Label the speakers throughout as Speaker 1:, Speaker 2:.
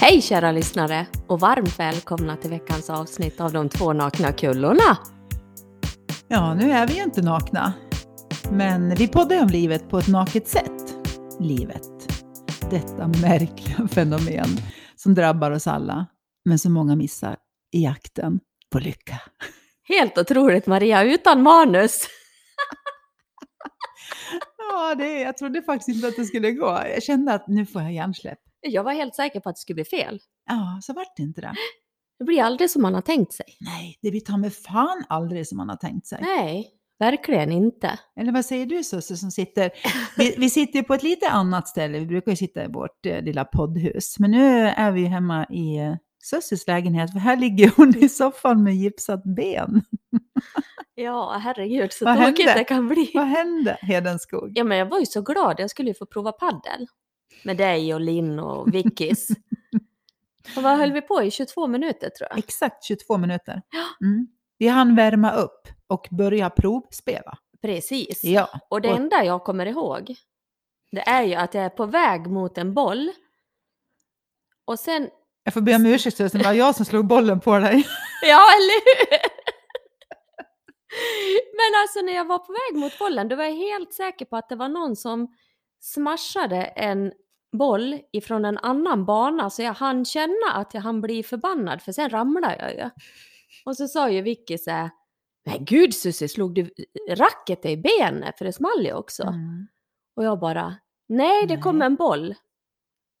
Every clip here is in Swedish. Speaker 1: Hej kära lyssnare och varmt välkomna till veckans avsnitt av De två nakna kullorna.
Speaker 2: Ja, nu är vi ju inte nakna. Men vi poddar ju om livet på ett naket sätt. Livet. Detta märkliga fenomen som drabbar oss alla, men som många missar i jakten på lycka.
Speaker 1: Helt otroligt Maria, utan manus.
Speaker 2: Ja, det, jag trodde faktiskt inte att det skulle gå. Jag kände att nu får jag hjärnsläpp.
Speaker 1: Jag var helt säker på att det skulle bli fel.
Speaker 2: Ja, så vart det inte det.
Speaker 1: Det blir aldrig som man har tänkt sig.
Speaker 2: Nej, det blir ta mig fan aldrig som man har tänkt sig.
Speaker 1: Nej, verkligen inte.
Speaker 2: Eller vad säger du Susse som sitter? Vi, vi sitter ju på ett lite annat ställe. Vi brukar ju sitta i vårt eh, lilla poddhus. Men nu är vi ju hemma i eh, Susses lägenhet. För här ligger hon i soffan med gipsat ben.
Speaker 1: Ja, herregud så
Speaker 2: Vad
Speaker 1: tråkigt
Speaker 2: hände?
Speaker 1: det kan bli.
Speaker 2: Vad hände Hedenskog?
Speaker 1: Ja, men jag var ju så glad. Jag skulle ju få prova paddel med dig och Linn och Vickis. och vad höll vi på i? 22 minuter tror jag.
Speaker 2: Exakt 22 minuter. Mm. Vi hann värma upp och börja provspela.
Speaker 1: Precis.
Speaker 2: Ja,
Speaker 1: Och det
Speaker 2: Och-
Speaker 1: enda jag kommer ihåg, det är ju att jag är på väg mot en boll. Och sen,
Speaker 2: jag får be om ursäkt Susse, det var jag som slog bollen på dig.
Speaker 1: ja eller hur? Men alltså när jag var på väg mot bollen, då var jag helt säker på att det var någon som smashade en boll ifrån en annan bana så jag hann känna att jag hann bli förbannad för sen ramlade jag ju. Och så sa ju Vicky så här, men gud Susie, slog du racket i benet? För det small ju också.
Speaker 2: Mm.
Speaker 1: Och jag bara, nej det kom
Speaker 2: Nej.
Speaker 1: en boll.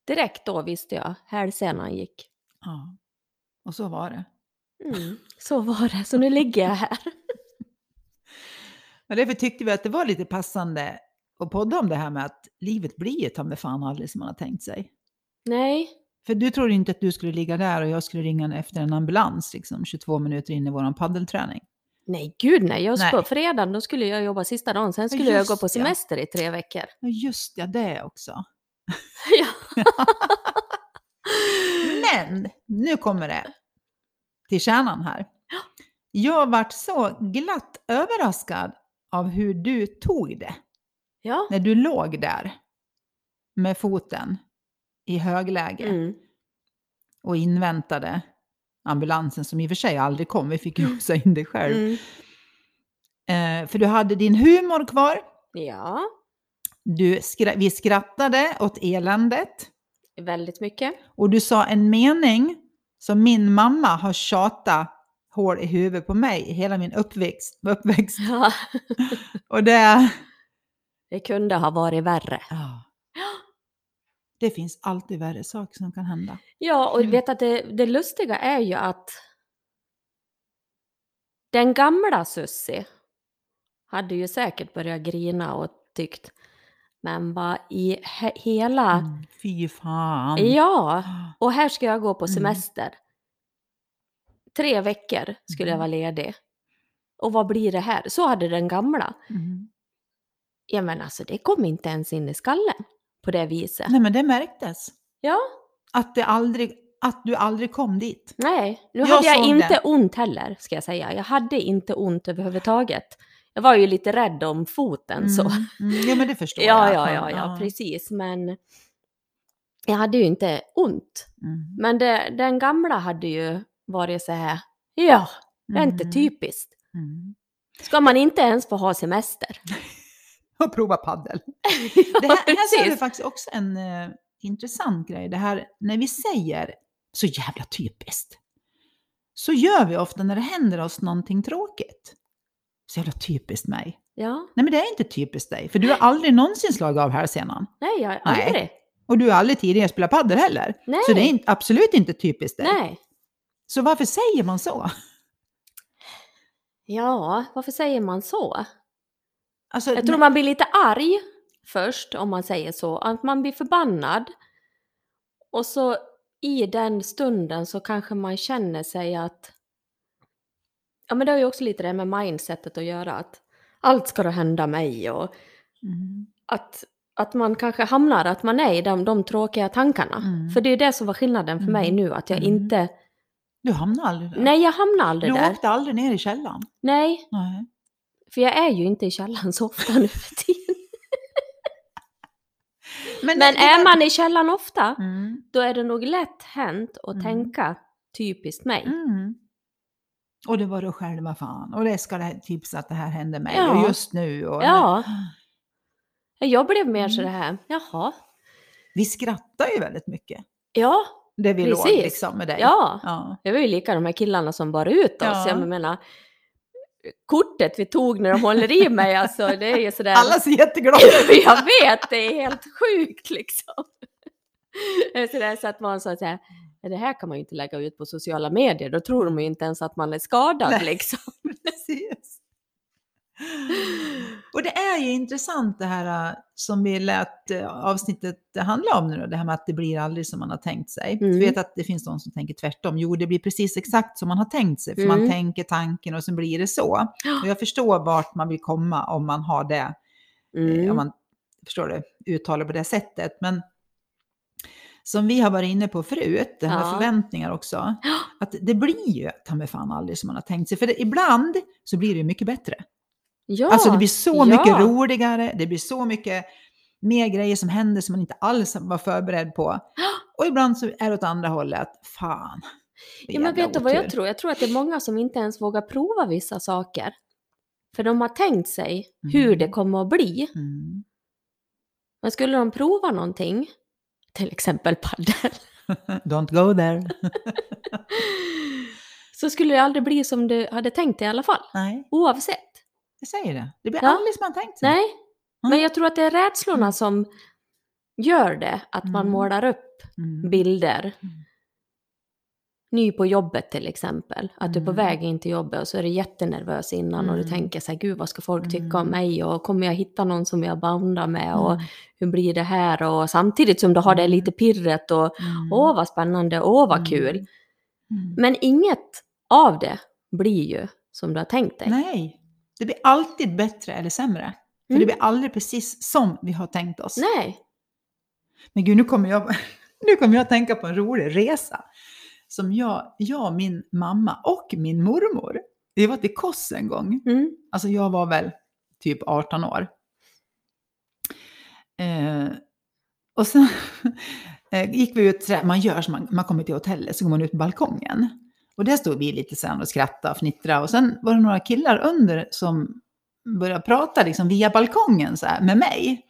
Speaker 1: Direkt då visste jag, hälsenan gick.
Speaker 2: Ja. Och så var det.
Speaker 1: Mm, så var det, så nu ligger jag här.
Speaker 2: Och därför tyckte vi att det var lite passande att podda om det här med att livet blir ju ta mig fan aldrig som man har tänkt sig.
Speaker 1: Nej,
Speaker 2: För du trodde inte att du skulle ligga där och jag skulle ringa efter en ambulans liksom 22 minuter in i våran paddelträning.
Speaker 1: nej gud nej. Jag
Speaker 2: Nej.
Speaker 1: på fredagen då skulle jag jobba sista dagen, sen skulle jag gå
Speaker 2: just
Speaker 1: på
Speaker 2: det.
Speaker 1: semester i tre veckor.
Speaker 2: Ja just ja, det också.
Speaker 1: ja.
Speaker 2: Men nu kommer det till kärnan här. Jag vart så glatt överraskad av hur du tog det
Speaker 1: ja.
Speaker 2: när du låg där med foten i högläge.
Speaker 1: Mm.
Speaker 2: och inväntade ambulansen som i och för sig aldrig kom. Vi fick ju också in det själv.
Speaker 1: Mm.
Speaker 2: Eh, för du hade din humor kvar.
Speaker 1: Ja,
Speaker 2: Du skra- vi skrattade åt eländet.
Speaker 1: väldigt mycket.
Speaker 2: Och du sa en mening som min mamma har tjatat hål i huvudet på mig i hela min uppväxt. uppväxt.
Speaker 1: Ja.
Speaker 2: Och det är...
Speaker 1: Det kunde ha varit värre.
Speaker 2: Ja. Det finns alltid värre saker som kan hända.
Speaker 1: Ja, och
Speaker 2: Mm.
Speaker 1: vet att det, det lustiga är ju att den gamla Sussi hade ju säkert börjat grina och tyckt, men vad i he- hela...
Speaker 2: Mm. Fy
Speaker 1: Ah.
Speaker 2: fan.
Speaker 1: Ja,
Speaker 2: Ah.
Speaker 1: och här ska jag gå på
Speaker 2: Mm.
Speaker 1: semester. Tre veckor skulle jag
Speaker 2: Mm.
Speaker 1: vara ledig. Och vad blir det här? Så hade den gamla.
Speaker 2: Mm.
Speaker 1: Ja, men alltså det kom inte ens in i skallen på det viset.
Speaker 2: Nej men det märktes.
Speaker 1: Ja,
Speaker 2: Att, det aldrig, att du aldrig kom dit.
Speaker 1: Nej, nu
Speaker 2: Jag
Speaker 1: hade jag
Speaker 2: såg
Speaker 1: inte
Speaker 2: det.
Speaker 1: ont heller, ska jag säga. Jag hade inte ont överhuvudtaget. Jag var ju lite rädd om foten så.
Speaker 2: Mm, mm. Ja, men det förstår
Speaker 1: Ja,
Speaker 2: jag.
Speaker 1: ja, ja, ja, precis. Men jag hade ju inte ont.
Speaker 2: Mm.
Speaker 1: Men det, den gamla hade ju varit så här, ja, det är inte typ-
Speaker 2: Mm,
Speaker 1: typiskt.
Speaker 2: mm.
Speaker 1: Ska man inte ens få ha semester?
Speaker 2: Och prova paddel.
Speaker 1: Ja,
Speaker 2: Det här, här ser du
Speaker 1: precis.
Speaker 2: faktiskt också en eh, intressant grej. Det här när vi säger så jävla typiskt. Så gör vi ofta när det händer oss någonting tråkigt. Så jävla typiskt mig.
Speaker 1: Ja,
Speaker 2: Nej men det är inte typiskt dig. För du har aldrig någonsin slagit av hälsenan.
Speaker 1: nej, jag
Speaker 2: Nej.
Speaker 1: aldrig.
Speaker 2: Och du har aldrig tidigare spelat paddel heller.
Speaker 1: Nej,
Speaker 2: Så det är in, absolut inte typiskt dig.
Speaker 1: nej.
Speaker 2: Så varför säger man så?
Speaker 1: Ja, varför säger man så?
Speaker 2: Alltså,
Speaker 1: Jag tror man blir lite arg först om man säger så, att man blir förbannad. Och så i den stunden så kanske man känner sig att... Ja men det har ju också lite det med mindsetet att göra, att allt ska då hända mig och
Speaker 2: Mm.
Speaker 1: att, att man kanske hamnar, att man är i de, de tråkiga tankarna.
Speaker 2: Mm.
Speaker 1: För det är ju det som var skillnaden för mig
Speaker 2: Mm.
Speaker 1: nu, att jag
Speaker 2: Mm.
Speaker 1: inte...
Speaker 2: Du hamnar aldrig där.
Speaker 1: Nej, jag hamnar aldrig
Speaker 2: du
Speaker 1: där.
Speaker 2: åkte aldrig ner i källaren.
Speaker 1: Nej,
Speaker 2: Nej.
Speaker 1: för jag är ju inte i källaren så ofta nu för tiden.
Speaker 2: Men, eh,
Speaker 1: Men
Speaker 2: det-
Speaker 1: är man i källan ofta,
Speaker 2: Mm.
Speaker 1: då är det nog lätt hänt att
Speaker 2: Mm.
Speaker 1: tänka typiskt mig.
Speaker 2: Mm. Och det var då själva fan. Och det ska det här, typ så att det här hände mig.
Speaker 1: Ja.
Speaker 2: Och just nu. Och
Speaker 1: Ja. Jag blev mer
Speaker 2: Mm.
Speaker 1: så det här, jaha,
Speaker 2: Vi skrattar ju väldigt mycket.
Speaker 1: ja,
Speaker 2: Det vi låg
Speaker 1: Precis.
Speaker 2: liksom med dig.
Speaker 1: ja.
Speaker 2: Ja.
Speaker 1: Det var ju lika de här killarna som bar ut oss.
Speaker 2: Ja.
Speaker 1: Jag menar, kortet vi tog när de håller i mig, alltså det är ju sådär.
Speaker 2: Alla ser jätteglada ut.
Speaker 1: Jag vet, det är helt sjukt liksom. Det är Sådär, så att man sa så här, "Men det här kan man ju inte lägga ut på sociala medier, då tror de ju inte ens att man är skadad
Speaker 2: Nej.
Speaker 1: liksom.
Speaker 2: Precis. Och det är ju intressant det här eh, som vi lät eh, avsnittet handla om nu då, det här med att det blir aldrig som man har tänkt sig.
Speaker 1: Mm.
Speaker 2: Du vet att det finns de som tänker tvärtom, jo det blir precis exakt som man har tänkt sig, för man
Speaker 1: Mm.
Speaker 2: tänker tanken och sen blir det så.
Speaker 1: Ja.
Speaker 2: Och jag förstår vart man vill komma om man har det, eh, om
Speaker 1: Mm.
Speaker 2: man förstår det, uttalar på det sättet. Men som vi har varit inne på förut, det här med
Speaker 1: Ja.
Speaker 2: förväntningar också, att det blir ju ta mig fan aldrig som man har tänkt sig. För det, ibland så blir det ju mycket bättre.
Speaker 1: Ja,
Speaker 2: Alltså det blir så
Speaker 1: ja.
Speaker 2: mycket roligare, det blir så mycket mer grejer som händer som man inte alls var förberedd på. Och ibland så är det åt andra hållet, fan.
Speaker 1: Ja, men vet du vad jag tror? Jag tror att det är många som inte ens vågar prova vissa saker. För de har tänkt sig hur
Speaker 2: Mm.
Speaker 1: det kommer att bli.
Speaker 2: Mm.
Speaker 1: Men skulle de prova någonting, till exempel padel,
Speaker 2: Don't go there.
Speaker 1: så skulle det aldrig bli som du hade tänkt i alla fall.
Speaker 2: Nej,
Speaker 1: Oavsett.
Speaker 2: jag säger det. Det blir
Speaker 1: Ja.
Speaker 2: aldrig som man tänkt sig.
Speaker 1: Nej,
Speaker 2: Mm.
Speaker 1: men jag tror att det är rädslorna som gör det, att man
Speaker 2: Mm.
Speaker 1: målar upp
Speaker 2: Mm.
Speaker 1: bilder.
Speaker 2: Mm.
Speaker 1: Ny på jobbet till exempel, att du är på
Speaker 2: Mm.
Speaker 1: väg in till jobbet och så är du jättenervös innan och du
Speaker 2: Mm.
Speaker 1: tänker så här, gud vad ska folk tycka
Speaker 2: Mm.
Speaker 1: om mig och kommer jag hitta någon som jag bandar med och
Speaker 2: Mm.
Speaker 1: hur blir det här och samtidigt som du har det
Speaker 2: Mm.
Speaker 1: lite pirret och
Speaker 2: Mm.
Speaker 1: åh vad spännande, åh vad
Speaker 2: Mm.
Speaker 1: kul.
Speaker 2: Mm.
Speaker 1: Men inget av det blir ju som du har tänkt dig.
Speaker 2: Nej, det blir alltid bättre eller sämre. För
Speaker 1: Mm.
Speaker 2: det blir aldrig precis som vi har tänkt oss.
Speaker 1: Nej.
Speaker 2: Men gud, nu kommer jag, nu kommer jag att tänka på en rolig resa. Som jag, jag, min mamma och min mormor, vi var till Kos en gång.
Speaker 1: Mm.
Speaker 2: Alltså jag var väl typ 18 år. Eh, och sen eh, gick vi ut, sådär, man gör så man, man kommer till hotellet så går man ut på balkongen. Och där stod vi lite sen och skrattade och fnittrade. Och sen var det några killar under som började prata liksom via balkongen så här, med mig.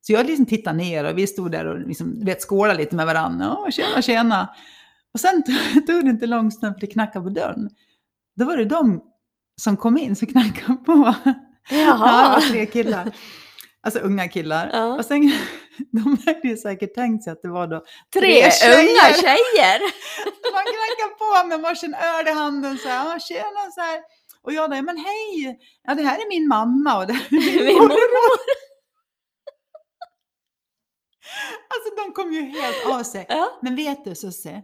Speaker 2: Så jag liksom tittade ner och vi stod där och liksom, du vet, skålade lite med varandra. Åh, tjena, tjena. Och sen tog det inte lång stund för det knackade på dörren. Då var det de som kom in som knackade på. Ja, det
Speaker 1: Jaha.
Speaker 2: var tre killar. Alltså unga killar.
Speaker 1: Ja.
Speaker 2: Och sen, de hade ju säkert tänkt sig att det var då
Speaker 1: Tre unga tjejer!
Speaker 2: Man knackar på med varsin öl i handen så här, "Ja, tjena så här. Och jag där, men hej, ja det här är min mamma och det här är min
Speaker 1: Min
Speaker 2: mormor. Alltså de kom ju helt av sig.
Speaker 1: Ja.
Speaker 2: Men vet du Susie,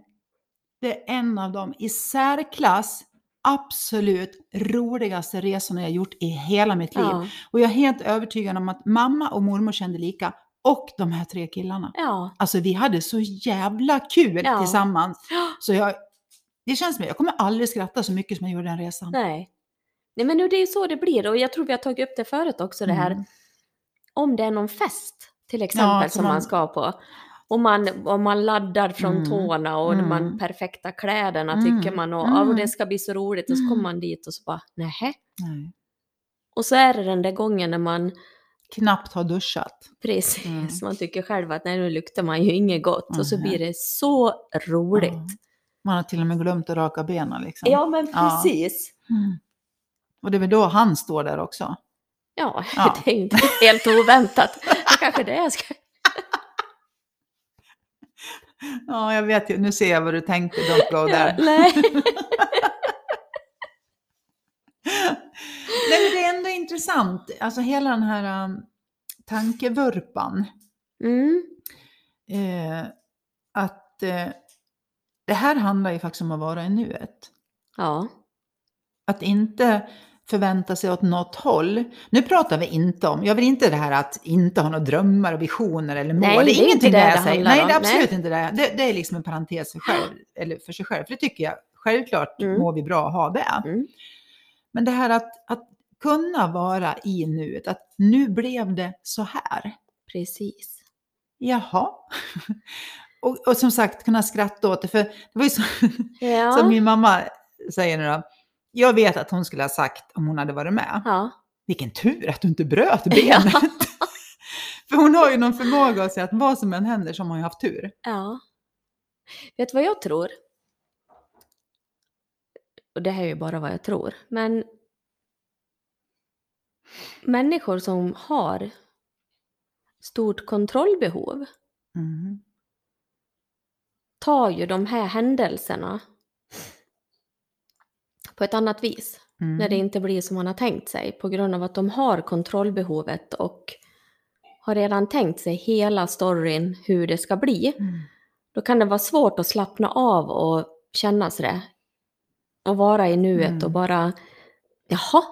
Speaker 2: det är en av de i särklass absolut roligaste resorna jag gjort i hela mitt liv.
Speaker 1: Ja.
Speaker 2: Och jag är helt övertygad om att mamma och mormor kände lika och de här tre killarna.
Speaker 1: ja.
Speaker 2: Alltså vi hade så jävla kul
Speaker 1: Ja.
Speaker 2: tillsammans.
Speaker 1: Ja.
Speaker 2: Så jag, det känns som att jag kommer aldrig skratta så mycket som jag gjorde den resan.
Speaker 1: Nej. Nej men nu, det är ju så det blir och jag tror vi har tagit upp det förut också det här
Speaker 2: Mm.
Speaker 1: om det är någon fest till exempel
Speaker 2: Ja,
Speaker 1: som
Speaker 2: som
Speaker 1: man...
Speaker 2: man-
Speaker 1: ska på. Och man, och man laddar från
Speaker 2: Mm.
Speaker 1: tårna och
Speaker 2: Mm.
Speaker 1: man perfekta kläderna
Speaker 2: Mm.
Speaker 1: tycker man och,
Speaker 2: Mm.
Speaker 1: "Ja, det ska bli så roligt och så kommer
Speaker 2: Mm.
Speaker 1: man dit och så bara nähä.
Speaker 2: Nej.
Speaker 1: Och så är det den där gången när man
Speaker 2: Knappt har duschat.
Speaker 1: precis,
Speaker 2: Mm.
Speaker 1: man tycker själv att nej nu luktar man ju inget gott och så
Speaker 2: Mhm.
Speaker 1: blir det så roligt.
Speaker 2: Ja. Man har till och med glömt att raka benen liksom.
Speaker 1: Ja men
Speaker 2: Ja.
Speaker 1: precis.
Speaker 2: Mm. Och det är väl då han står där också.
Speaker 1: Ja,
Speaker 2: Ja.
Speaker 1: det är ju inte helt oväntat. Det kanske det jag ska...
Speaker 2: Ja, jag vet ju. Nu ser jag vad du tänkte. Don't go there.
Speaker 1: Nej.
Speaker 2: Nej, men det är ändå intressant. Alltså hela den här um, tankevurpan.
Speaker 1: Mm.
Speaker 2: Eh, att eh, det här handlar ju faktiskt om att vara i nuet.
Speaker 1: Ja.
Speaker 2: Att inte förvänta sig åt något håll. Nu pratar vi inte om, jag vill inte det här att inte ha några drömmar och visioner eller mål.
Speaker 1: Nej, det är inte
Speaker 2: ingenting
Speaker 1: det
Speaker 2: där jag
Speaker 1: det
Speaker 2: säger.
Speaker 1: handlar
Speaker 2: Nej,
Speaker 1: om.
Speaker 2: det är absolut inte det. det. Det är liksom en parentes för, själv, eller för sig själv. För det tycker jag, självklart
Speaker 1: Mm.
Speaker 2: mår vi bra att ha det.
Speaker 1: Mm.
Speaker 2: Men det här att, att kunna vara i nuet, att nu blev det så här.
Speaker 1: Precis.
Speaker 2: Jaha. Och, och som sagt, kunna skratta åt det. För det var ju så,
Speaker 1: Ja.
Speaker 2: som min mamma säger nu då. Jag vet att hon skulle ha sagt om hon hade varit med.
Speaker 1: ja.
Speaker 2: Vilken tur att du inte bröt benet. För hon har ju någon förmåga att säga att vad som än händer så har man ju haft tur.
Speaker 1: Ja. Vet du vad jag tror? Och det här är ju bara vad jag tror. Men människor som har stort kontrollbehov
Speaker 2: Mm.
Speaker 1: tar ju de här händelserna på ett annat vis.
Speaker 2: Mm.
Speaker 1: När det inte blir som man har tänkt sig på grund av att de har kontrollbehovet och har redan tänkt sig hela storyn hur det ska bli.
Speaker 2: Mm.
Speaker 1: då kan det vara svårt att slappna av och känna sig det. Och vara i nuet
Speaker 2: Mm.
Speaker 1: och bara, jaha,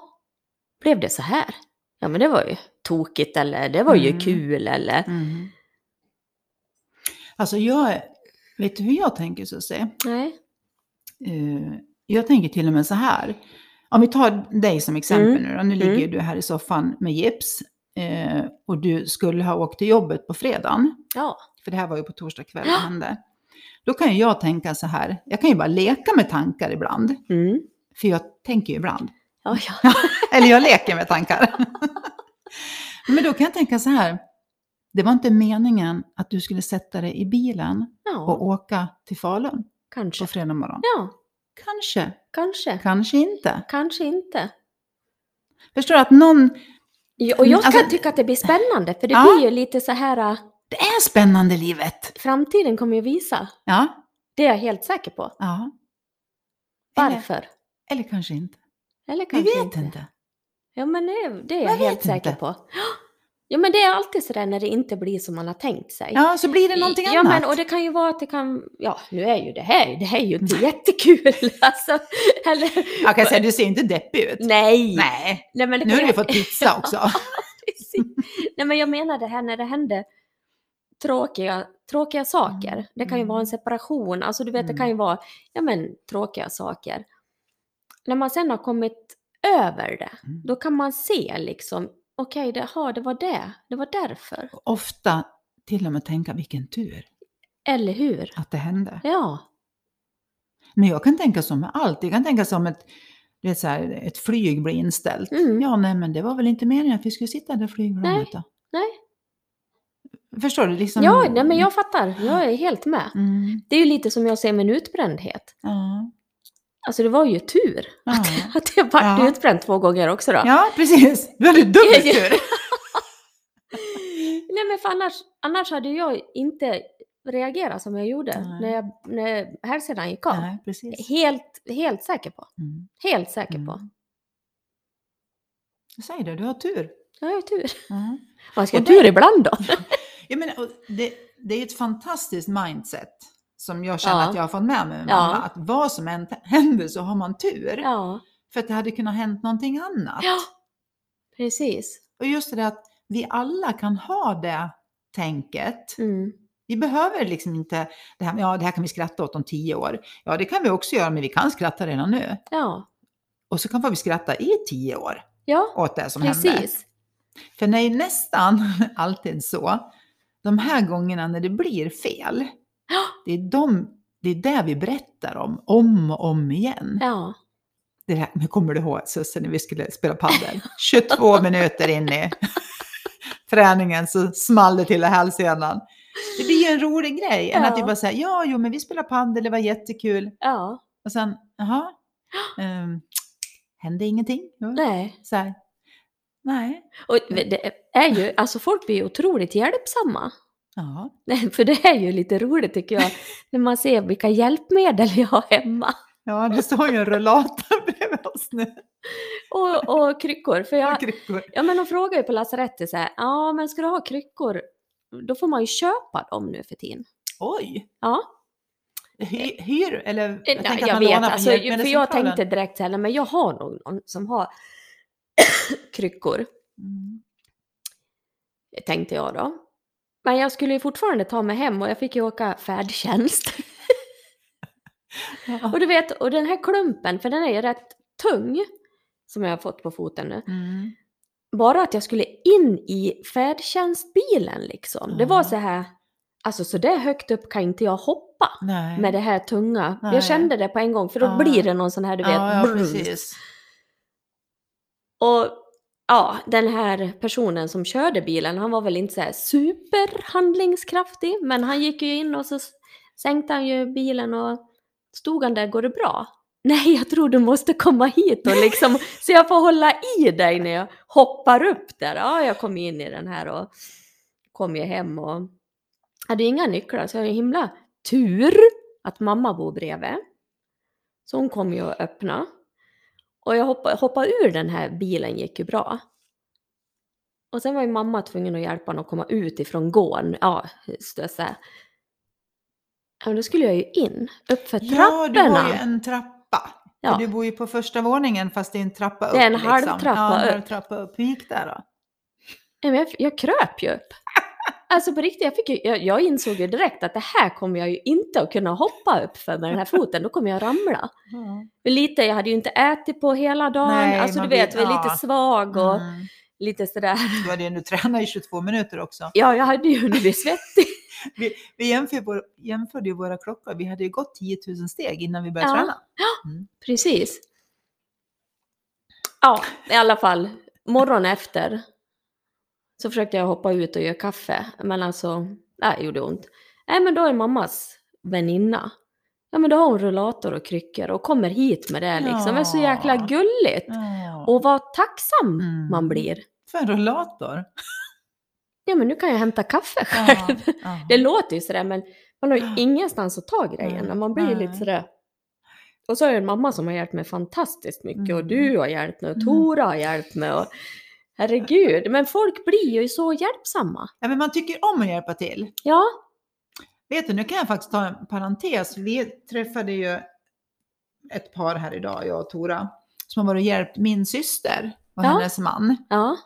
Speaker 1: blev det så här? Ja men det var ju tokigt eller det var ju
Speaker 2: Mm.
Speaker 1: kul eller...
Speaker 2: Mm. Alltså jag, vet du hur jag tänker Susie?
Speaker 1: Nej.
Speaker 2: Eh, jag tänker till och med så här. Om vi tar dig som exempel
Speaker 1: Mm.
Speaker 2: nu då. Nu
Speaker 1: Mm.
Speaker 2: ligger ju du här i soffan med gips. eh, och du skulle ha åkt till jobbet på fredagen.
Speaker 1: Ja.
Speaker 2: För det här var ju på torsdag kväll
Speaker 1: Ja.
Speaker 2: det hände. Då kan ju jag tänka så här. Jag kan ju bara leka med tankar ibland.
Speaker 1: Mm.
Speaker 2: För jag tänker ju ibland.
Speaker 1: Ja, ja.
Speaker 2: Eller jag leker med tankar. Men då kan jag tänka så här. Det var inte meningen att du skulle sätta dig i bilen och
Speaker 1: ja
Speaker 2: åka till Falun på
Speaker 1: kanske.
Speaker 2: fredag morgon.
Speaker 1: Ja,
Speaker 2: Kanske,
Speaker 1: kanske.
Speaker 2: kanske inte.
Speaker 1: Kanske inte.
Speaker 2: Förstår du att någon...
Speaker 1: Ja, Och jag kan
Speaker 2: Alltså-
Speaker 1: tycka att det blir spännande för det
Speaker 2: Ja.
Speaker 1: blir ju lite så här, äh,
Speaker 2: Det är spännande livet!
Speaker 1: framtiden kommer ju visa.
Speaker 2: Ja.
Speaker 1: Det är jag helt säker på.
Speaker 2: ja. Eller,
Speaker 1: Varför?
Speaker 2: eller kanske inte.
Speaker 1: Eller
Speaker 2: Vi
Speaker 1: kanske
Speaker 2: vet inte.
Speaker 1: Ja, men det, det är jag
Speaker 2: Man vet
Speaker 1: helt säker
Speaker 2: inte.
Speaker 1: på. Ja, men det är alltid sådär när det inte blir som man har tänkt sig.
Speaker 2: Ja, så blir det någonting
Speaker 1: ja,
Speaker 2: annat.
Speaker 1: Men, och det kan ju vara att det kan, ja nu är ju det här, det här är ju inte jättekul alltså. Eller,
Speaker 2: Jag kan säga, du ser ju inte deppig ut.
Speaker 1: nej.
Speaker 2: Nej.
Speaker 1: Nej, men det
Speaker 2: Nu
Speaker 1: kan
Speaker 2: har du
Speaker 1: ju-
Speaker 2: fått pizza också.
Speaker 1: Precis. nej men jag menar det här när det hände tråkiga, tråkiga saker. Det kan ju
Speaker 2: Mm.
Speaker 1: vara en separation, alltså du vet det
Speaker 2: Mm.
Speaker 1: kan ju vara, ja men tråkiga saker. När man sen har kommit över det,
Speaker 2: Mm.
Speaker 1: då kan man se liksom, okej det, aha, det var det, det var därför.
Speaker 2: Ofta till och med tänka, vilken tur
Speaker 1: Eller hur?
Speaker 2: att det hände.
Speaker 1: Ja.
Speaker 2: Men jag kan tänka så med allt. Jag kan tänka som ett, det är så här, ett flyg blir inställt.
Speaker 1: Mm.
Speaker 2: Ja, nej, men det var väl inte meningen att vi skulle sitta där flygplanet då?
Speaker 1: nej.
Speaker 2: Förstår du? Liksom...
Speaker 1: Ja, nej, men jag fattar. Jag är helt med.
Speaker 2: Mm,
Speaker 1: Det är ju lite som jag säger med en utbrändhet.
Speaker 2: ja.
Speaker 1: Alltså det var ju tur
Speaker 2: Ja.
Speaker 1: att jag vart
Speaker 2: Ja.
Speaker 1: utbränd två gånger också då.
Speaker 2: ja, precis. Du hade dubbel tur.
Speaker 1: Nej men för annars, annars hade jag inte reagerat som jag gjorde
Speaker 2: Nej.
Speaker 1: när, jag, när hälsenan gick av.
Speaker 2: Nej, precis.
Speaker 1: Helt, helt säker på.
Speaker 2: Mm.
Speaker 1: Helt säker på.
Speaker 2: Mm. Jag säger det, du har tur.
Speaker 1: Jag har ju tur.
Speaker 2: Mm.
Speaker 1: Man ska ha
Speaker 2: Och det-
Speaker 1: tur ibland då.
Speaker 2: Ja, men, och det, det är ju ett fantastiskt mindset som jag känner
Speaker 1: Ja.
Speaker 2: att jag har fått med mig med
Speaker 1: Ja.
Speaker 2: mamma. Att vad som än händer så har man tur.
Speaker 1: Ja,
Speaker 2: För att det hade kunnat hänt någonting annat.
Speaker 1: ja. precis.
Speaker 2: Och just det där att vi alla kan ha det tänket.
Speaker 1: Mm.
Speaker 2: Vi behöver liksom inte det här med, ja det här kan vi skratta åt om tio år. Ja det kan vi också göra men vi kan skratta redan nu.
Speaker 1: Ja,
Speaker 2: Och så kan vi skratta i tio år
Speaker 1: ja
Speaker 2: åt det som hände.
Speaker 1: precis.
Speaker 2: För det är ju nästan alltid så, de här gångerna när det blir fel,
Speaker 1: Ja.
Speaker 2: det är, de, det är det vi berättar om, om och om igen.
Speaker 1: Ja,
Speaker 2: Det här, men kommer du ihåg Susse när vi skulle spela padel? 22 minuter in i träningen så small det till i hälsenan. Det blir ju en rolig grej, än att vi
Speaker 1: Ja.
Speaker 2: bara säger ja, jo, men vi spelar padel, det var jättekul.
Speaker 1: ja,
Speaker 2: Och sen, jaha, um, hände ingenting. Jo,
Speaker 1: nej.
Speaker 2: Så här, nej,
Speaker 1: Och det är ju, alltså folk blir ju otroligt hjälpsamma.
Speaker 2: ja.
Speaker 1: Nej, För det är ju lite roligt tycker jag, när man ser vilka hjälpmedel jag har hemma.
Speaker 2: Ja, det står ju en rullator bredvid oss nu.
Speaker 1: Och, och kryckor. För jag,
Speaker 2: Och kryckor.
Speaker 1: ja, men de frågar ju på lasarettet så här, ja men ska du ha kryckor, då får man ju köpa dem nu för tiden.
Speaker 2: Oj!
Speaker 1: Ja.
Speaker 2: Hy, hyr, eller jag
Speaker 1: Jag,
Speaker 2: tänker att
Speaker 1: jag
Speaker 2: man
Speaker 1: vet,
Speaker 2: lånar från
Speaker 1: alltså, ju- för jag
Speaker 2: Hjälpmedelscentralen.
Speaker 1: tänkte direkt så här, nej, men jag har nog någon som har kryckor,
Speaker 2: Mm.
Speaker 1: tänkte jag då. Men jag skulle ju fortfarande ta mig hem och jag fick ju åka färdtjänst.
Speaker 2: Ja.
Speaker 1: Och du vet, och den här klumpen, för den är ju rätt tung, som jag har fått på foten nu.
Speaker 2: Mm.
Speaker 1: Bara att jag skulle in i färdtjänstbilen liksom. Det var
Speaker 2: Ja.
Speaker 1: så här, Alltså så där högt upp kan inte jag hoppa
Speaker 2: Nej.
Speaker 1: med det här tunga.
Speaker 2: Nej.
Speaker 1: Jag kände det på en gång för då
Speaker 2: Ja.
Speaker 1: blir det någon sån här du vet.
Speaker 2: ja, ja,
Speaker 1: brrr.
Speaker 2: precis.
Speaker 1: Och ja, den här personen som körde bilen, han var väl inte så här superhandlingskraftig, men han gick ju in och så s- sänkte han ju bilen och stod han där, går det bra? Nej, jag tror du måste komma hit och liksom, så jag får hålla i dig när jag hoppar upp där. Ja, jag kom in i den här och kom ju hem och hade ju inga nycklar, så jag hade ju himla tur att mamma bor bredvid. Så hon kom ju och öppnade. Och jag hoppade, hoppade ur den här bilen gick ju bra. Och sen var ju mamma tvungen att hjälpa honom att komma ut ifrån gården. Ja, stösa. Ja, men då skulle jag ju in, uppför
Speaker 2: Ja, du har ju
Speaker 1: trapporna.
Speaker 2: en trappa.
Speaker 1: Ja.
Speaker 2: Ja. Du bor ju på första våningen fast det är en trappa upp.
Speaker 1: Det är en halv
Speaker 2: liksom.
Speaker 1: trappa
Speaker 2: ja, en halv
Speaker 1: upp.
Speaker 2: trappa upp. Hur gick det då?
Speaker 1: Nej, men jag, jag kröp ju upp. Alltså på riktigt, jag, fick ju, jag, jag insåg ju direkt att det här kommer jag ju inte att kunna hoppa upp för med den här foten, då kommer jag ramla. Men Lite, jag hade ju inte ätit på hela dagen,
Speaker 2: Nej,
Speaker 1: alltså du
Speaker 2: man
Speaker 1: vet,
Speaker 2: vet-
Speaker 1: jag var
Speaker 2: ja.
Speaker 1: lite svag och
Speaker 2: Mm.
Speaker 1: lite sådär.
Speaker 2: Det var det, du tränade i 22 minuter också.
Speaker 1: Ja, jag hade ju hunnit bli svettig.
Speaker 2: Vi, vi jämför vår, jämförde ju våra klockor. Vi hade ju gått 10 000 steg innan vi började
Speaker 1: Ja.
Speaker 2: träna.
Speaker 1: Precis. Ja, i alla fall. Morgon efter så försökte jag hoppa ut och göra kaffe, men alltså, nej, det gjorde ont. Nej, men då är mammas väninna. Ja, men då har hon rullator och kryckor och kommer hit med det liksom. Det är så jäkla
Speaker 2: Ja.
Speaker 1: gulligt.
Speaker 2: Ja.
Speaker 1: Och vad tacksam
Speaker 2: Mm.
Speaker 1: man blir.
Speaker 2: För en rullator.
Speaker 1: Ja, men nu kan jag hämta kaffe
Speaker 2: Ja.
Speaker 1: själv.
Speaker 2: Ja.
Speaker 1: Det låter ju sådär, men man har ju ingenstans att ta
Speaker 2: Ah. Nej,
Speaker 1: grejerna. Man blir ju
Speaker 2: nej.
Speaker 1: lite sådär... Och så har jag en mamma som har hjälpt mig fantastiskt mycket och
Speaker 2: Mm.
Speaker 1: du har hjälpt mig och
Speaker 2: Mm.
Speaker 1: Tora har hjälpt mig och... Herregud, men folk blir ju så hjälpsamma.
Speaker 2: Ja, men man tycker om att hjälpa till.
Speaker 1: Ja,
Speaker 2: Vet du, nu kan jag faktiskt ta en parentes. Vi träffade ju ett par här idag, jag och Tora, som har varit och hjälpt min syster och
Speaker 1: Ja.
Speaker 2: hennes man.
Speaker 1: ja,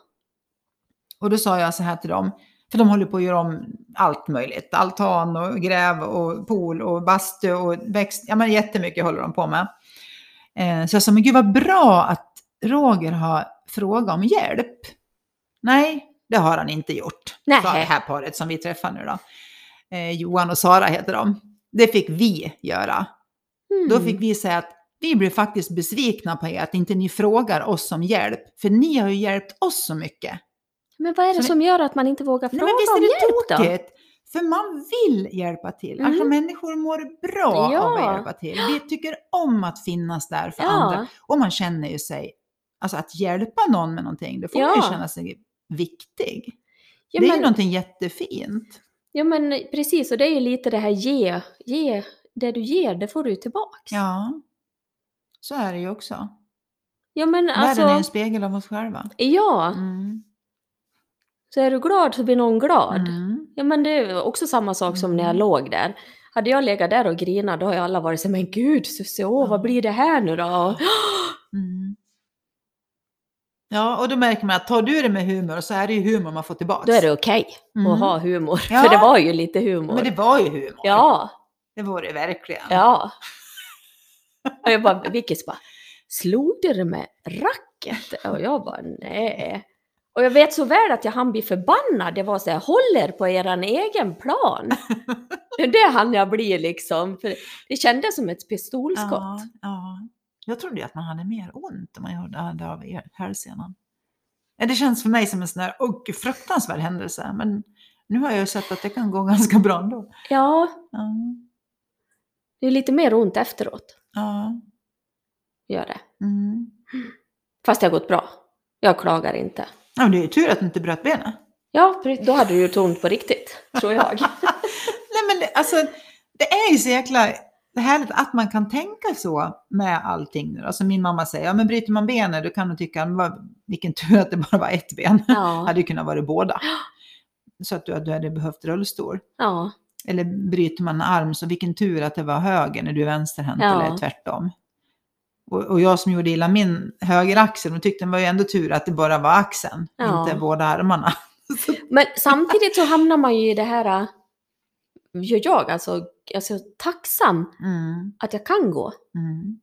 Speaker 2: Och då sa jag så här till dem, för de håller på att göra om allt möjligt. Altan och gräv och pool och bastu och växt. Ja, men jättemycket håller de på med. Eh, så jag sa, men gud vad bra att Roger har frågat om hjälp. Nej, det har han inte gjort.
Speaker 1: Nej.
Speaker 2: Sa det här paret som vi träffar nu då. Eh, Johan och Sara heter de. Det fick vi göra.
Speaker 1: mm.
Speaker 2: Då fick vi säga att vi blev faktiskt besvikna på er att inte ni frågar oss om hjälp. För ni har ju hjälpt oss så mycket.
Speaker 1: men vad är det
Speaker 2: Så-
Speaker 1: som gör att man inte vågar
Speaker 2: Nej,
Speaker 1: fråga
Speaker 2: men visst är
Speaker 1: om
Speaker 2: det
Speaker 1: hjälp då?
Speaker 2: tokigt? För man vill hjälpa till.
Speaker 1: Mm.
Speaker 2: Alltså människor mår bra
Speaker 1: Ja.
Speaker 2: av att hjälpa till. Vi tycker om att finnas där för andra.
Speaker 1: Ja,
Speaker 2: Och man känner ju sig, alltså att hjälpa någon med någonting, då får man ju
Speaker 1: Ja.
Speaker 2: känna sig viktig.
Speaker 1: ja,
Speaker 2: det är ju
Speaker 1: men,
Speaker 2: någonting jättefint.
Speaker 1: ja, men precis, och det är ju lite det här ge, ge, det du ger, det får du ju tillbaks.
Speaker 2: Ja, så är det ju också.
Speaker 1: ja men
Speaker 2: Världen är en
Speaker 1: alltså,
Speaker 2: spegel av oss själva.
Speaker 1: ja,
Speaker 2: Mm.
Speaker 1: så är du glad så blir någon glad.
Speaker 2: Mm.
Speaker 1: Ja men det är också samma sak som när jag
Speaker 2: Mm.
Speaker 1: låg där. Hade jag legat där och grinat då har ju alla varit så här, men gud Susie, åh vad
Speaker 2: Ja.
Speaker 1: blir det här nu då? Och,
Speaker 2: Mm. Ja, och då märker man att tar du det med humor så är det ju humor man får tillbaka.
Speaker 1: då är det okej att
Speaker 2: Mm.
Speaker 1: ha humor.
Speaker 2: Ja.
Speaker 1: För det var ju lite humor.
Speaker 2: Men det var ju humor.
Speaker 1: Ja,
Speaker 2: Det var det verkligen.
Speaker 1: ja. Och jag bara, Vickis bara, slog du det med racket? Och jag bara, nej. Och jag vet så väl att jag hann bli förbannad. Det var så här, håller på eran egen plan. Det hann jag bli liksom. För det kändes som ett pistolskott.
Speaker 2: Ja, ja. Jag trodde ju att man hade mer ont om man gjorde det av er- hälsenan. Ja, Det känns för mig som en sån där oh, gud, fruktansvärd händelse, men nu har jag ju sett att det kan gå ganska bra ändå.
Speaker 1: ja.
Speaker 2: Ja,
Speaker 1: Det är lite mer ont efteråt,
Speaker 2: ja.
Speaker 1: gör det.
Speaker 2: Mm.
Speaker 1: Fast det har gått bra. Jag klagar inte.
Speaker 2: ja men det är ju tur att du inte bröt benet.
Speaker 1: Ja, pre- då hade du gjort ont på riktigt, tror jag.
Speaker 2: Nej, men det, alltså, det är ju så jäkla härligt att man kan tänka så med allting nu. Alltså min mamma säger, ja men bryter man benet då kan du tycka, "Men vad- vilken tur att det bara var ett ben.
Speaker 1: Ja,
Speaker 2: hade ju kunnat vara båda. Så att du, du hade behövt rullstol.
Speaker 1: ja,
Speaker 2: Eller bryter man en arm, så vilken tur att det var höger när du är vänsterhänt
Speaker 1: Ja.
Speaker 2: eller tvärtom. Och, och jag som gjorde illa min höger axel, de tyckte det var ju ändå tur att det bara var axeln,
Speaker 1: Ja.
Speaker 2: inte båda armarna.
Speaker 1: Men samtidigt så hamnar man ju i det här, äh, gör jag alltså, alltså tacksam
Speaker 2: Mm,
Speaker 1: att jag kan gå.
Speaker 2: mm,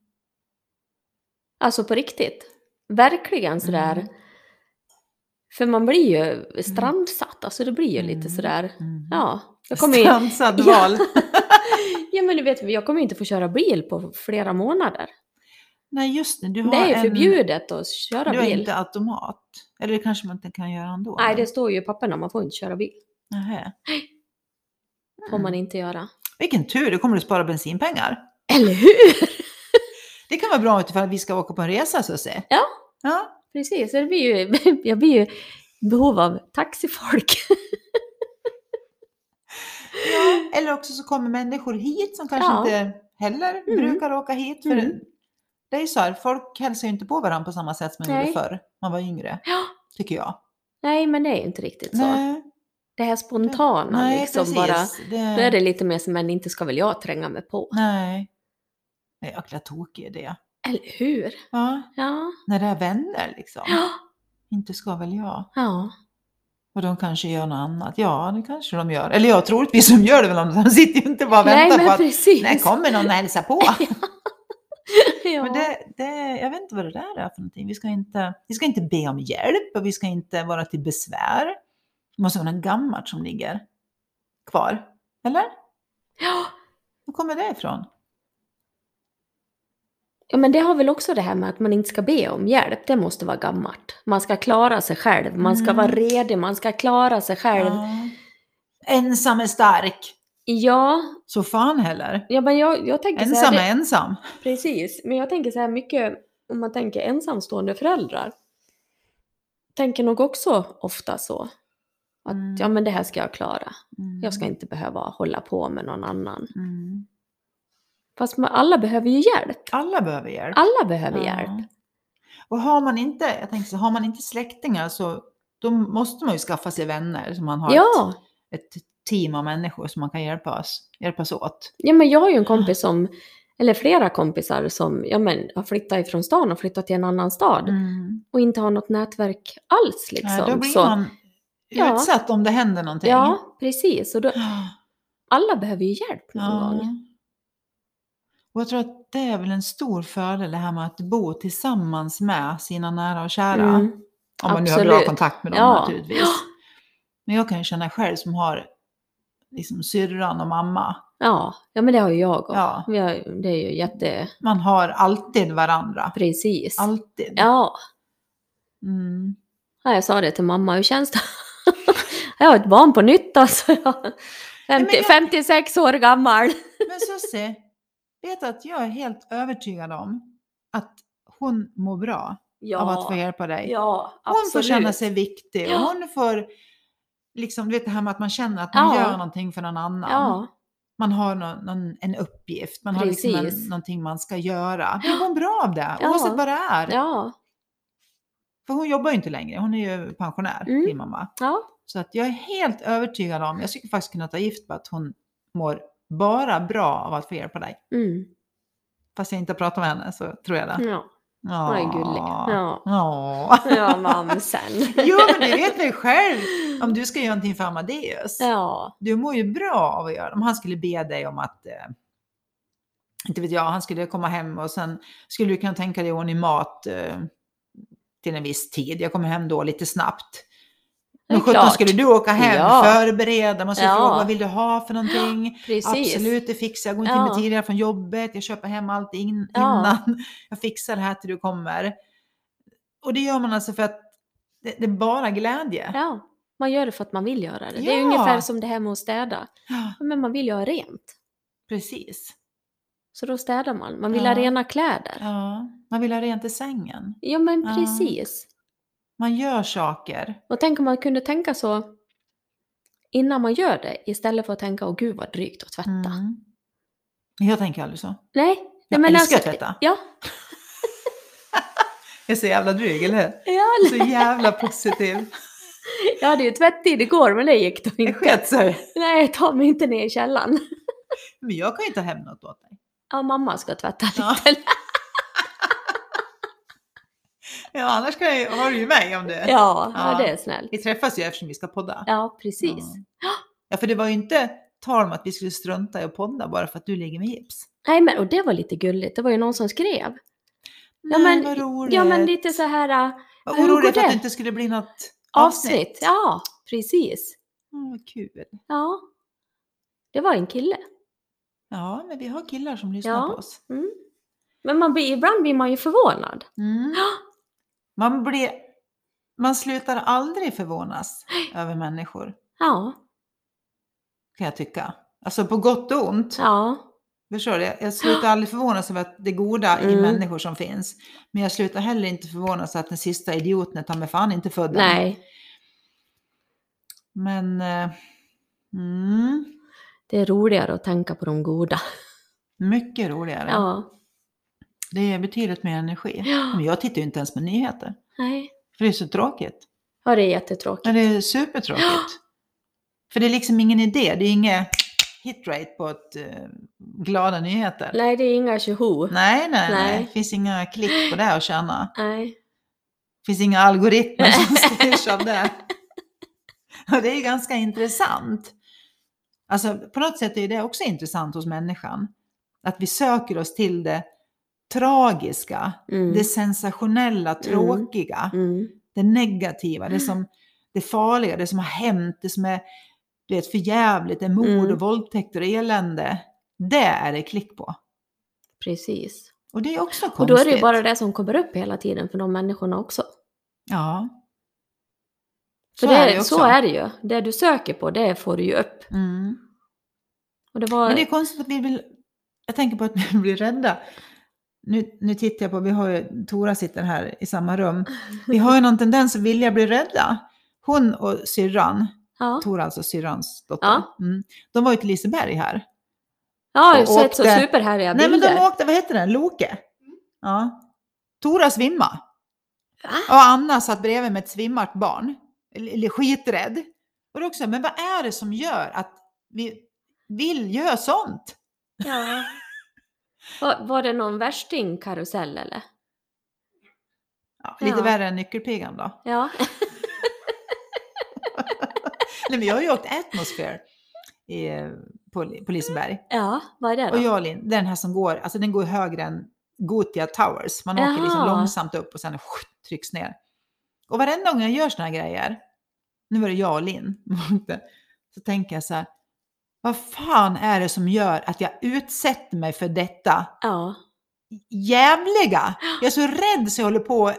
Speaker 1: Alltså på riktigt. Verkligen sådär.
Speaker 2: Mm.
Speaker 1: För man blir ju strandsatt, alltså det blir ju lite sådär,
Speaker 2: Mm.
Speaker 1: ja. Jag kommer ju,
Speaker 2: Strandsatt val.
Speaker 1: ja men du vet, jag kommer ju inte få köra bil på flera månader.
Speaker 2: Nej, just det. Du har
Speaker 1: Det är ju
Speaker 2: en,
Speaker 1: förbjudet att köra
Speaker 2: Du har
Speaker 1: bil.
Speaker 2: inte automat. Eller det kanske man inte kan göra ändå.
Speaker 1: Nej, det står ju i papperna, man får inte köra bil.
Speaker 2: Nähä.
Speaker 1: får
Speaker 2: Mm.
Speaker 1: man inte göra.
Speaker 2: Vilken tur, då kommer du spara bensinpengar.
Speaker 1: Eller hur?
Speaker 2: Det kan vara bra utifrån att vi ska åka på en resa, så att säga.
Speaker 1: Ja.
Speaker 2: Ja,
Speaker 1: Precis, så det blir ju, jag blir ju i behov av taxifolk.
Speaker 2: Eller också så kommer människor hit som kanske
Speaker 1: Ja.
Speaker 2: inte heller brukar åka hit. För
Speaker 1: Mm.
Speaker 2: Det är ju så här, folk hälsar ju inte på varandra på samma sätt som man
Speaker 1: Nej.
Speaker 2: gjorde förr. Man var yngre,
Speaker 1: Ja.
Speaker 2: tycker jag.
Speaker 1: Nej, men det är ju inte riktigt så.
Speaker 2: Nej,
Speaker 1: Det här spontana
Speaker 2: nej,
Speaker 1: liksom
Speaker 2: precis.
Speaker 1: bara.
Speaker 2: Det-
Speaker 1: Då är det lite mer som, men inte ska väl jag tränga mig på.
Speaker 2: Nej. Det är jäkla tokig idé.
Speaker 1: Eller hur?
Speaker 2: Ja,
Speaker 1: Ja.
Speaker 2: när det är vänner liksom.
Speaker 1: Ja.
Speaker 2: Inte ska väl jag.
Speaker 1: ja.
Speaker 2: Och de kanske gör något annat. Ja, det kanske de gör. Eller jag troligtvis de gör det väl. om- De sitter ju inte bara och
Speaker 1: Nej,
Speaker 2: väntar
Speaker 1: men
Speaker 2: på att
Speaker 1: precis.
Speaker 2: när kommer någon och hälsar på.
Speaker 1: ja.
Speaker 2: Men det, det, jag vet inte vad det där är för någonting. Vi ska, inte, vi ska inte be om hjälp och vi ska inte vara till besvär. Det måste vara något gammalt som ligger kvar. Eller?
Speaker 1: Ja.
Speaker 2: Var kommer det ifrån?
Speaker 1: ja, men det har väl också det här med att man inte ska be om hjälp. Det måste vara gammalt. Man ska klara sig själv. Man ska
Speaker 2: Mm.
Speaker 1: vara redig. Man ska klara sig själv. Ja,
Speaker 2: Ja. Ensam är stark.
Speaker 1: ja,
Speaker 2: Så fan heller.
Speaker 1: men jag, jag tänker så här.
Speaker 2: Ensam
Speaker 1: det-
Speaker 2: är ensam.
Speaker 1: Precis, men jag tänker så här mycket om man tänker ensamstående föräldrar. Tänker nog också ofta så. Att
Speaker 2: Mm.
Speaker 1: ja men det här ska jag klara. Jag ska inte behöva hålla på med någon annan.
Speaker 2: Mm.
Speaker 1: Fast man, alla behöver ju hjälp.
Speaker 2: Alla behöver hjälp.
Speaker 1: Alla behöver
Speaker 2: Ja.
Speaker 1: hjälp.
Speaker 2: Och har man inte, jag tänkte så, har man inte släktingar så då måste man ju skaffa sig vänner så man har
Speaker 1: Ja,
Speaker 2: ett, ett team av människor som man kan hjälpas, hjälpas åt.
Speaker 1: ja men jag har ju en kompis som, eller flera kompisar som ja, men, har flyttat ifrån stan och flyttat till en annan stad. Och inte har något nätverk alls liksom.
Speaker 2: Ja, Mm. då blir
Speaker 1: så,
Speaker 2: man
Speaker 1: Ja.
Speaker 2: utsatt om det händer någonting.
Speaker 1: ja, precis. Och då,
Speaker 2: Ah,
Speaker 1: alla behöver ju hjälp någon
Speaker 2: ja.
Speaker 1: gång.
Speaker 2: Och jag tror att det är väl en stor fördel det här med att bo tillsammans med sina nära och kära.
Speaker 1: Mm.
Speaker 2: Om man nu har bra
Speaker 1: Absolut.
Speaker 2: kontakt med dem
Speaker 1: Ja.
Speaker 2: naturligtvis. Men jag kan ju känna själv som har liksom syrran och mamma.
Speaker 1: Ja, ja men det har ju jag också.
Speaker 2: Ja,
Speaker 1: Vi har, det är ju jätte...
Speaker 2: man har alltid varandra.
Speaker 1: Precis.
Speaker 2: Alltid.
Speaker 1: Ja,
Speaker 2: Mm.
Speaker 1: ja, jag sa det till mamma, hur känns det? jag har ett barn på nytt alltså. 50,
Speaker 2: men jag-
Speaker 1: 56 år gammal.
Speaker 2: Men Susie, vet du att jag är helt övertygad om att hon mår bra
Speaker 1: Ja,
Speaker 2: av att få hjälpa dig.
Speaker 1: ja
Speaker 2: hon
Speaker 1: absolut.
Speaker 2: får känna sig viktig och
Speaker 1: Ja.
Speaker 2: hon får, liksom, du vet det här med att man känner att man
Speaker 1: Ja.
Speaker 2: gör någonting för någon annan.
Speaker 1: Ja,
Speaker 2: Man har någon, någon, en uppgift, man har liksom
Speaker 1: Precis.
Speaker 2: en, någonting man ska göra. Det går bra av det,
Speaker 1: Ja.
Speaker 2: oavsett vad det är.
Speaker 1: ja,
Speaker 2: För hon jobbar ju inte längre, hon är ju pensionär,
Speaker 1: Mm.
Speaker 2: din mamma.
Speaker 1: ja.
Speaker 2: Så att jag är helt övertygad om, jag skulle faktiskt kunna ta gift på att hon mår bara bra av att få hjälpa dig.
Speaker 1: Mm.
Speaker 2: Fast jag inte har pratat med henne så tror jag det.
Speaker 1: Ja, Mm. hon är gullig. Ja,
Speaker 2: Ja.
Speaker 1: ja mamsen.
Speaker 2: Jo, men det vet väl själv. Om du ska göra någonting för Amadeus.
Speaker 1: Ja,
Speaker 2: Du mår ju bra av att göra det. Om han skulle be dig om att, eh, inte vet jag, han skulle komma hem och sen skulle du kunna tänka dig i ordning mat eh, till en viss tid. Jag kommer hem då lite snabbt.
Speaker 1: Det är
Speaker 2: Men sjutton
Speaker 1: klart.
Speaker 2: skulle du åka hem,
Speaker 1: Ja.
Speaker 2: förbereda, man skulle
Speaker 1: Ja.
Speaker 2: fråga vad vill du ha för någonting?
Speaker 1: precis.
Speaker 2: Absolut, det fixar jag. Jag går inte
Speaker 1: Ja.
Speaker 2: in med tidigare från jobbet, jag köper hem allt in,
Speaker 1: Ja.
Speaker 2: innan. Jag fixar det här till du kommer. Och det gör man alltså för att det, det är bara glädje.
Speaker 1: Ja, man gör det för att man vill göra det. Det är
Speaker 2: Ja.
Speaker 1: ungefär som det här med att städa.
Speaker 2: Ja,
Speaker 1: Men man vill ju ha rent.
Speaker 2: Precis.
Speaker 1: Så då städar man. Man vill
Speaker 2: Ja.
Speaker 1: ha rena kläder.
Speaker 2: Ja. Man vill ha rent i sängen.
Speaker 1: Ja men
Speaker 2: Ja.
Speaker 1: precis.
Speaker 2: Man gör saker.
Speaker 1: Och tänk om man kunde tänka så innan man gör det istället för att tänka åh gud vad drygt att tvätta.
Speaker 2: Mm. Jag tänker aldrig så.
Speaker 1: Nej. nej,
Speaker 2: Jag
Speaker 1: men alltså,
Speaker 2: älskar att tvätta.
Speaker 1: Ja.
Speaker 2: Jag är så jävla dryg, eller hur?
Speaker 1: Ja,
Speaker 2: Så jävla positiv.
Speaker 1: jag hade ju tvätttid igår men det gick då
Speaker 2: Det
Speaker 1: inte.
Speaker 2: sket sig.
Speaker 1: Nej, ta mig inte ner i källaren.
Speaker 2: Men jag kan ju ta hem något åt dig.
Speaker 1: Ja, mamma ska tvätta
Speaker 2: Ja.
Speaker 1: lite.
Speaker 2: Ja, annars kan jag, har du ju mig om det.
Speaker 1: Ja, ja.
Speaker 2: Ja.
Speaker 1: det är snällt.
Speaker 2: Vi träffas ju eftersom vi ska podda.
Speaker 1: Ja, precis.
Speaker 2: Ja. ja, för det var ju inte tal om att vi skulle strunta i att podda bara för att du ligger med gips.
Speaker 1: Nej, men och det var lite gulligt. Det var ju någon som skrev. Ja, men-
Speaker 2: vad roligt.
Speaker 1: Ja, men lite så här... äh,
Speaker 2: Vad
Speaker 1: hur går
Speaker 2: orolig för att
Speaker 1: det?
Speaker 2: det inte skulle bli något
Speaker 1: avsnitt. Ja, precis.
Speaker 2: Ja, vad kul.
Speaker 1: Ja. Det var en kille.
Speaker 2: Ja, men vi har killar som lyssnar
Speaker 1: Ja.
Speaker 2: på oss.
Speaker 1: Mm. Men man blir, ibland blir man ju förvånad.
Speaker 2: Mm.
Speaker 1: Ja.
Speaker 2: Man, blir, man slutar aldrig förvånas över människor,
Speaker 1: Ja,
Speaker 2: kan jag tycka. Alltså på gott och ont.
Speaker 1: ja,
Speaker 2: Förstår du? Jag slutar aldrig förvånas över att det goda i
Speaker 1: Mm.
Speaker 2: människor som finns. Men jag slutar heller inte förvånas att den sista idioten är ta mig fan inte född än.
Speaker 1: nej,
Speaker 2: Men... eh, Mm,
Speaker 1: det är roligare att tänka på de goda.
Speaker 2: mycket roligare.
Speaker 1: Ja,
Speaker 2: Det är betydligt mer energi.
Speaker 1: Ja.
Speaker 2: Men jag tittar ju inte ens på nyheter.
Speaker 1: nej.
Speaker 2: För det är så tråkigt.
Speaker 1: Ja, det är
Speaker 2: Men
Speaker 1: jättetråkigt.
Speaker 2: det är supertråkigt. För det är liksom ingen idé. Det är inget hitrate på ett, eh, glada nyheter.
Speaker 1: Nej, det är inga tjoho.
Speaker 2: Nej, nej, nej.
Speaker 1: Nej.
Speaker 2: Det finns inga klick på det att tjäna.
Speaker 1: Nej.
Speaker 2: Det finns inga algoritmer som styrs av det. Och det är ju ganska intressant. Alltså på något sätt är det också intressant hos människan. Att vi söker oss till det tragiska,
Speaker 1: Mm.
Speaker 2: det sensationella, tråkiga,
Speaker 1: Mm.
Speaker 2: det negativa, det som det farliga, det som har hänt, det som är du vet, förjävligt, det är mord
Speaker 1: Mm.
Speaker 2: och våldtäkter och elände. Det är det klick på.
Speaker 1: Precis.
Speaker 2: Och det är också konstigt.
Speaker 1: Och då är det ju bara det som kommer upp hela tiden för de människorna också.
Speaker 2: Ja.
Speaker 1: För
Speaker 2: Så
Speaker 1: det,
Speaker 2: är det ju också.
Speaker 1: så är det ju. Det du söker på, det får du ju upp.
Speaker 2: Mm.
Speaker 1: Och det var...
Speaker 2: Men det är konstigt att vi vill... Jag tänker på att vi blir rädda. Nu, nu tittar jag på, vi har ju, Tora sitter här i samma rum. Vi har ju någon tendens att vilja bli rädda. Hon och syrran,
Speaker 1: ja.
Speaker 2: Tora alltså syrrans dotter,
Speaker 1: Ja.
Speaker 2: mm, de var ju till Liseberg här.
Speaker 1: ja, jag har ju
Speaker 2: och
Speaker 1: sett så
Speaker 2: åkte-
Speaker 1: superhärliga
Speaker 2: Nej men
Speaker 1: bilder.
Speaker 2: de åkte, vad heter den, Loke? Ja. Tora svimma.
Speaker 1: Va?
Speaker 2: Och Anna satt bredvid med ett svimmart barn. Eller eller skiträdd. Och då också, men vad är det som gör att vi vill göra sånt?
Speaker 1: Ja. Var, var det någon värstingkarusell eller?
Speaker 2: Ja, lite
Speaker 1: Ja.
Speaker 2: värre än nyckelpigan då.
Speaker 1: Ja.
Speaker 2: Nej, men jag har ju åkt Atmosphere i, eh, på, på Liseberg.
Speaker 1: Ja, vad är det då?
Speaker 2: Och jag och Linn, det är den här som går, alltså den går högre än Gotia Towers. Man åker liksom
Speaker 1: Jaha.
Speaker 2: långsamt upp och sen skjut, trycks ner. Och varenda gång jag gör såna här grejer, nu var det jag och Linn, som åkte, så tänker jag så här, vad fan är det som gör att jag utsätter mig för detta
Speaker 1: Ja.
Speaker 2: jävliga? Jag är så rädd så jag håller på,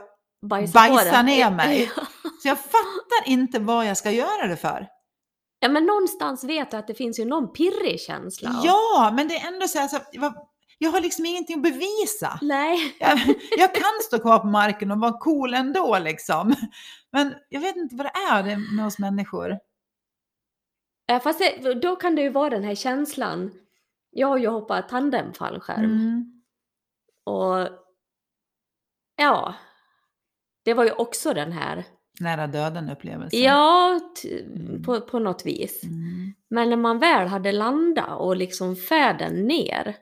Speaker 1: Bajsa, på
Speaker 2: Bajsa
Speaker 1: den.
Speaker 2: ner mig.
Speaker 1: Ja.
Speaker 2: så jag fattar inte vad jag ska göra det för.
Speaker 1: Ja, men någonstans vet du att det finns ju någon pirrig känsla. av-
Speaker 2: Ja, men det är ändå så här, så, vad- jag har liksom ingenting att bevisa.
Speaker 1: Nej.
Speaker 2: Jag, jag kan stå kvar på marken och vara cool ändå liksom. Men jag vet inte vad det är det med oss människor.
Speaker 1: Ja, Fast det, då kan det ju vara den här känslan. Jag har ju hoppat tandemfallskärm.
Speaker 2: Mm.
Speaker 1: Och ja, det var ju också den här.
Speaker 2: Nära döden upplevelse.
Speaker 1: Ja, t-
Speaker 2: Mm.
Speaker 1: på, på något vis.
Speaker 2: Mm.
Speaker 1: Men när man väl hade landat och liksom färden ner.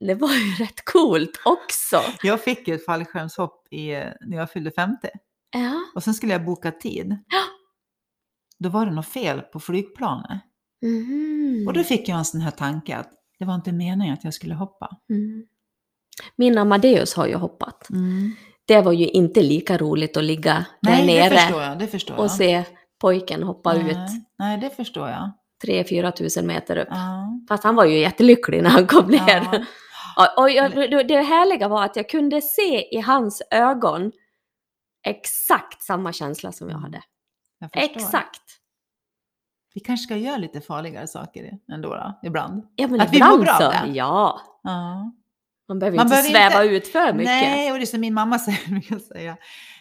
Speaker 1: Det var ju rätt coolt också.
Speaker 2: Jag fick ju ett fallskärmshopp i, när jag fyllde 50
Speaker 1: Ja.
Speaker 2: och sen skulle jag boka tid.
Speaker 1: Ja.
Speaker 2: Då var det något fel på flygplanet
Speaker 1: Mhm.
Speaker 2: och då fick jag en sån här tanke att det var inte meningen att jag skulle hoppa.
Speaker 1: Mm. Min Amadeus har ju hoppat. Det var ju inte lika roligt att ligga Mm. där
Speaker 2: Nej, det
Speaker 1: nere
Speaker 2: förstår jag. Det förstår jag.
Speaker 1: och se pojken hoppa ut
Speaker 2: Nej, nej, det förstår jag.
Speaker 1: 3-4 tusen meter upp.
Speaker 2: Ja.
Speaker 1: Fast han var ju jättelycklig när han kom ner.
Speaker 2: Ja.
Speaker 1: Och, och jag, det- det härliga var att jag kunde se i hans ögon exakt samma känsla som jag hade.
Speaker 2: Jag Mm, förstår.
Speaker 1: Exakt.
Speaker 2: Vi kanske ska göra lite farligare saker ändå, då, ibland.
Speaker 1: Ja, men
Speaker 2: Att vi
Speaker 1: ibland
Speaker 2: mår bra av
Speaker 1: så.
Speaker 2: det.
Speaker 1: Ja,
Speaker 2: Ja.
Speaker 1: man behöver
Speaker 2: Man
Speaker 1: inte
Speaker 2: behöver
Speaker 1: sväva
Speaker 2: inte-
Speaker 1: ut för mycket.
Speaker 2: Nej, och det är som min mamma säger, brukar jag säga,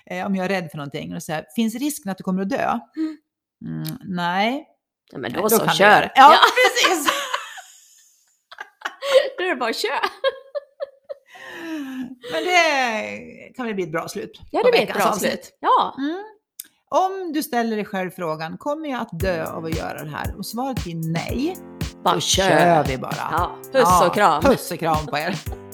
Speaker 2: eh, om jag är rädd för någonting, och säger, finns risken att du kommer att dö?
Speaker 1: Mm.
Speaker 2: Mm, nej.
Speaker 1: Ja, men
Speaker 2: Nej,
Speaker 1: då, så,
Speaker 2: kan vi göra
Speaker 1: kör.
Speaker 2: det. Ja,
Speaker 1: Ja,
Speaker 2: precis!
Speaker 1: då är det bara kör.
Speaker 2: Men det kan väl bli ett bra slut.
Speaker 1: Ja,
Speaker 2: på
Speaker 1: det blir ett
Speaker 2: veckans
Speaker 1: bra
Speaker 2: avsnitt.
Speaker 1: slut. Ja,
Speaker 2: Mm. Om du ställer dig själv frågan, kommer jag att dö av att göra det här? Och svaret blir nej,
Speaker 1: bara
Speaker 2: då
Speaker 1: kör.
Speaker 2: kör vi bara.
Speaker 1: Ja, puss och kram.
Speaker 2: Puss och kram på er.